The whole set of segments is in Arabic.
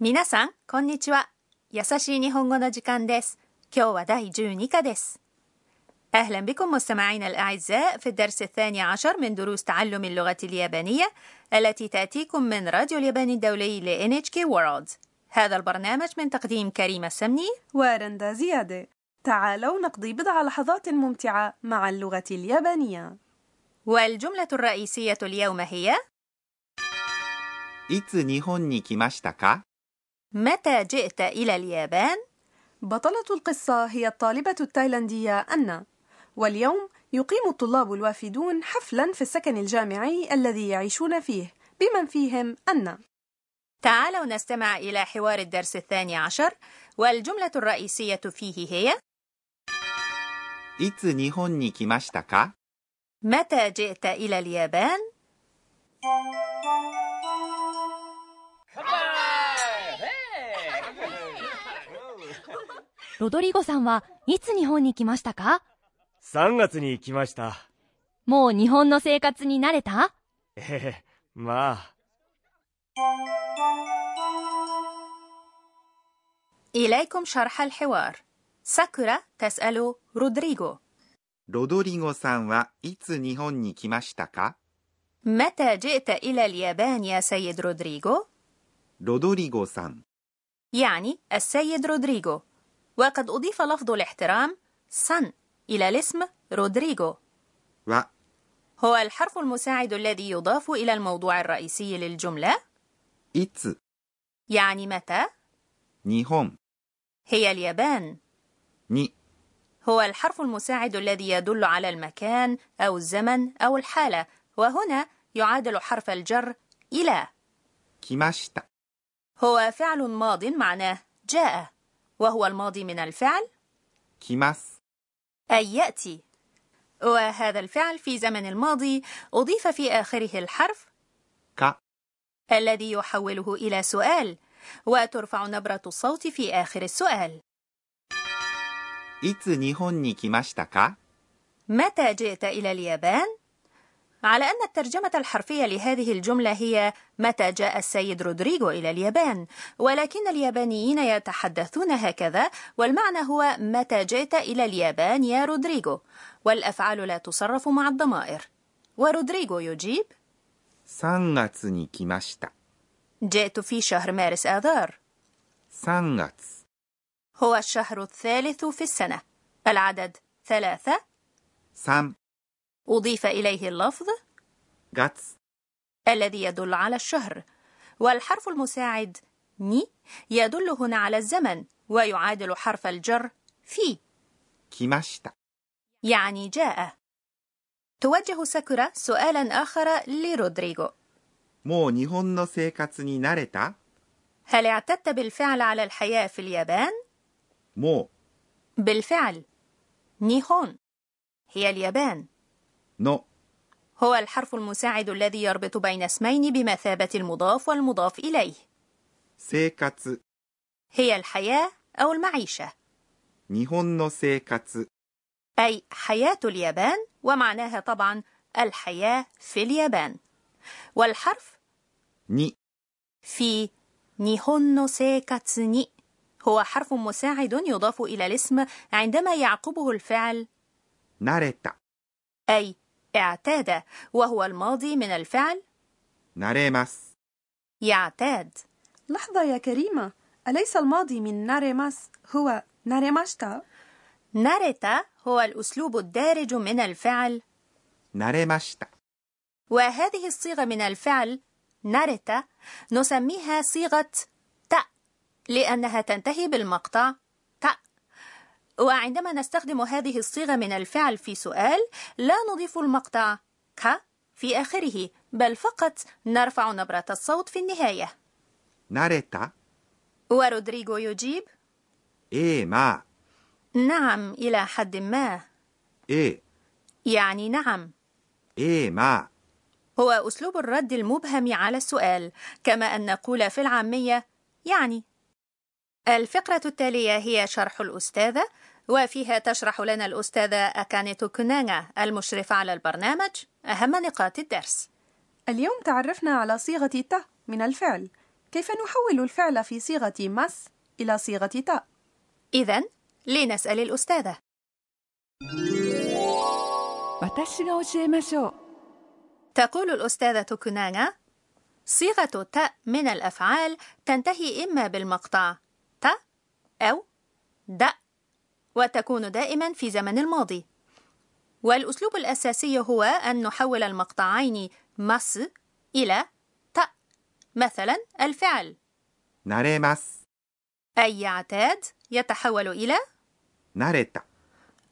皆さんこんにちは優しい日本語の時間です今日は第12課です أهلا بكم مستمعينا الأعزاء في الدرس الثاني عشر من دروس تعلم اللغة اليابانية التي تأتيكم من راديو اليابان الدولي ل NHK World هذا البرنامج من تقديم كريم السمني ورندا زيادة تعالوا نقضي بضع لحظات ممتعة مع اللغة اليابانية والجملة الرئيسية اليوم هي いつ日本に来ましたか متى جئت إلى اليابان؟ بطلة القصة هي الطالبة التايلاندية أنا واليوم يقيم الطلاب الوافدون حفلا في السكن الجامعي الذي يعيشون فيه بمن فيهم أنا تعالوا نستمع إلى حوار الدرس الثاني عشر والجملة الرئيسية فيه هي いつ日本に来ましたか متى جئت إلى اليابان؟ 「ロドリゴさんはいつ日本に来ましたか3月に来ました。もう日本の生活に慣れたええ、まあ、 إليكم شرح الحوار ساكورا تسأل رودريغو ロドリゴさんはいつ日本に来ましたか متى جئت إلى اليابان يا سيد رودريغو؟ ロドリゴさん يعني السيد رودريغو وقد أضيف لفظ الاحترام سن إلى الاسم رودريغو は هو الحرف المساعد الذي يضاف إلى الموضوع الرئيسي للجملة いつ يعني متى 日本 هي اليابان に هو الحرف المساعد الذي يدل على المكان أو الزمن أو الحالة وهنا يعادل حرف الجر إلى 来ました هو فعل ماض معناه جاء وهو الماضي من الفعل 来ます أي يأتي وهذا الفعل في زمن الماضي أضيف في آخره الحرف か الذي يحوله إلى سؤال وترفع نبرة الصوت في آخر السؤال いつ日本に来ましたか متى جئت إلى اليابان؟ على أن الترجمة الحرفية لهذه الجملة هي متى جاء السيد رودريغو إلى اليابان ولكن اليابانيين يتحدثون هكذا والمعنى هو متى جئت إلى اليابان يا رودريغو والأفعال لا تصرف مع الضمائر ورودريغو يجيب 3月に来ました جئت في شهر مارس آذار 3月 هو الشهر الثالث في السنة العدد ثلاثة 3 أضيف إليه اللفظ 月 الذي يدل على الشهر والحرف المساعد ني يدل هنا على الزمن ويعادل حرف الجر في 来ました يعني جاء توجه ساكورا سؤالا آخر لرودريغو もう日本の生活に慣れた هل اعتدت بالفعل على الحياة في اليابان؟ も بالفعل نيهون هي اليابان うの هو الحرف المساعد الذي يربط بين اسمين بمثابة المضاف والمضاف إليه 生活 هي الحياة أو المعيشة 日本の生活 أي حياة اليابان ومعناها طبعا الحياة في اليابان والحرف に في نيهون نو سيكاتسو ني هو حرف مساعد يضاف إلى الاسم عندما يعقبه الفعل 慣れた أي اعتاد وهو الماضي من الفعل 慣れます يعتاد لحظة يا كريمة أليس الماضي من ناريماس هو ناريماشتا؟ ناريتا هو الأسلوب الدارج من الفعل 慣れました وهذه الصيغة من الفعل ناريتا نسميها صيغة تا لأنها تنتهي بالمقطع تا وعندما نستخدم هذه الصيغة من الفعل في سؤال لا نضيف المقطع ك في آخره بل فقط نرفع نبرة الصوت في النهاية 慣れた ورودريغو يجيب ええまあ نعم إلى حد ما ええ يعني نعم ええまあ هو أسلوب الرد المبهم على السؤال كما أن نقول في العامية يعني الفقرة التالية هي شرح الأستاذة وفيها تشرح لنا الأستاذة أكاني توكونانا المشرفة على البرنامج أهم نقاط الدرس اليوم تعرفنا على صيغة ت من الفعل كيف نحول الفعل في صيغة مس إلى صيغة تاء؟ إذا لنسأل الأستاذة 私が教えましょう تقول الأستاذة كنانا صيغة ت من الأفعال تنتهي إما بالمقطع ت أو د وتكون دائما في زمن الماضي والأسلوب الأساسي هو أن نحول المقطعين مس إلى ت مثلا الفعل 慣れます。 أي يعتاد يتحول إلى 慣れた。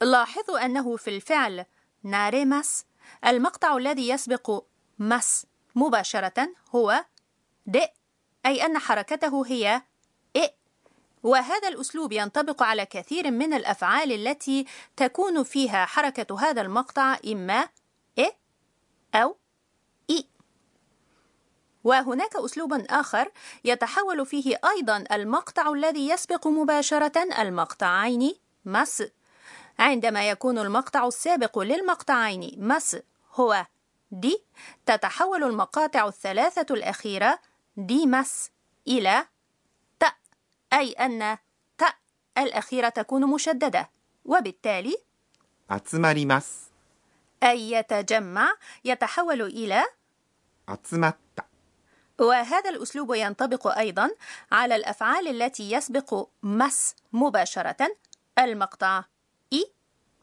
لاحظوا أنه في الفعل ناريماس المقطع الذي يسبق مس مباشرة هو د أي أن حركته هي إ وهذا الأسلوب ينطبق على كثير من الأفعال التي تكون فيها حركة هذا المقطع إما إ أو إي وهناك أسلوب آخر يتحول فيه أيضا المقطع الذي يسبق مباشرة المقطعين مس عندما يكون المقطع السابق للمقطعين مس هو دي تتحول المقاطع الثلاثة الأخيرة دي مس إلى ت أي أن ت الأخيرة تكون مشددة وبالتالي 集まります。 أي يتجمع يتحول إلى 集まった。 وهذا الأسلوب ينطبق أيضا على الأفعال التي يسبق مس مباشرة المقطع إي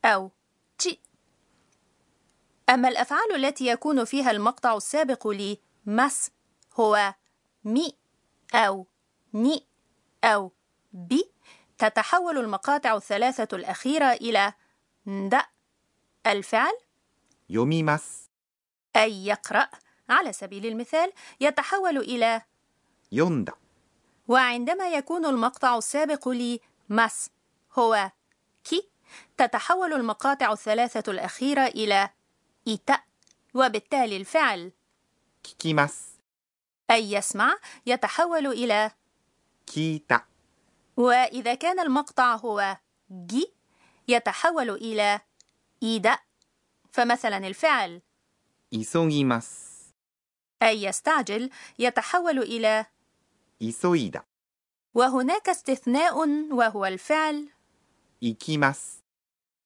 أو جي أما الأفعال التي يكون فيها المقطع السابق لمس هو مي أو ني أو بي تتحول المقاطع الثلاثة الأخيرة إلى ند الفعل 読みます。 أي يقرأ على سبيل المثال يتحول إلى 読んだ。 وعندما يكون المقطع السابق لمس هو كي تتحول المقاطع الثلاثة الأخيرة إلى إيتا وبالتالي الفعل 聞きます。 أي يسمع يتحول إلى 聞いた。 وإذا كان المقطع هو جي يتحول إلى إيدا فمثلا الفعل 急ぎます。 أي يستعجل يتحول إلى 急いだ。 وهناك استثناء وهو الفعل 行きます。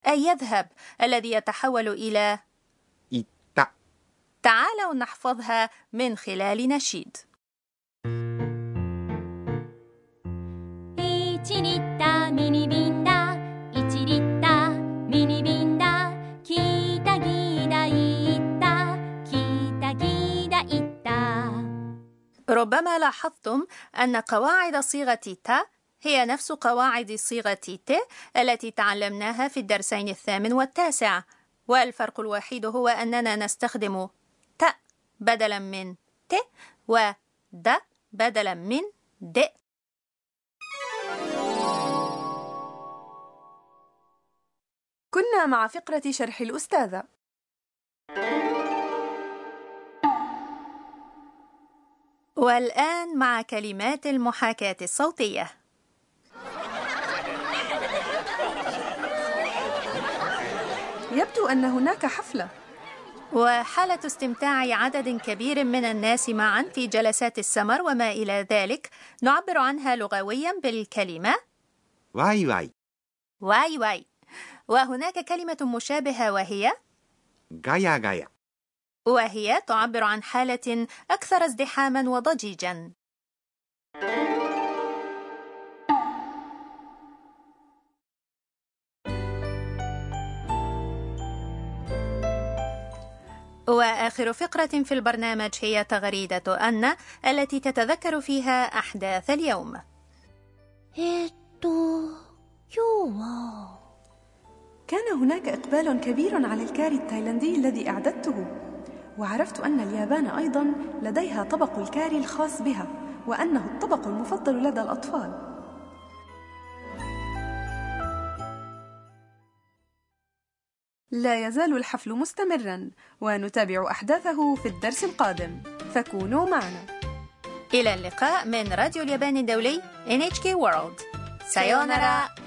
أي يذهب الذي يتحول إلى 行った。 تعالوا نحفظها من خلال نشيد 1リッターミニ瓶だ1リッターミニ瓶だ聞いたギーダ言った聞いたギーダ言った ربما لاحظتم أن قواعد صيغة تا هي نفس قواعد صيغة ت التي تعلمناها في الدرسين الثامن والتاسع والفرق الوحيد هو أننا نستخدم ت بدلا من ت ود بدلا من د كنا مع فقرة شرح الأستاذة والآن مع كلمات المحاكاة الصوتية يبدو أن هناك حفلة وحالة استمتاع عدد كبير من الناس معا في جلسات السمر وما إلى ذلك نعبر عنها لغويا بالكلمة ワイワイ。 واي واي وهناك كلمة مشابهة وهي ガヤガヤ。 وهي تعبر عن حالة أكثر ازدحاما وضجيجا وآخر فقرة في البرنامج هي تغريدة أن التي تتذكر فيها أحداث اليوم えーっと今日は كان هناك إقبال كبير على الكاري التايلاندي الذي أعددته وعرفت أن اليابان أيضا لديها طبق الكاري الخاص بها وأنه الطبق المفضل لدى الأطفال لا يزال الحفل مستمرا ونتابع أحداثه في الدرس القادم فكونوا معنا إلى اللقاء من راديو اليابان الدولي NHK World سايونارا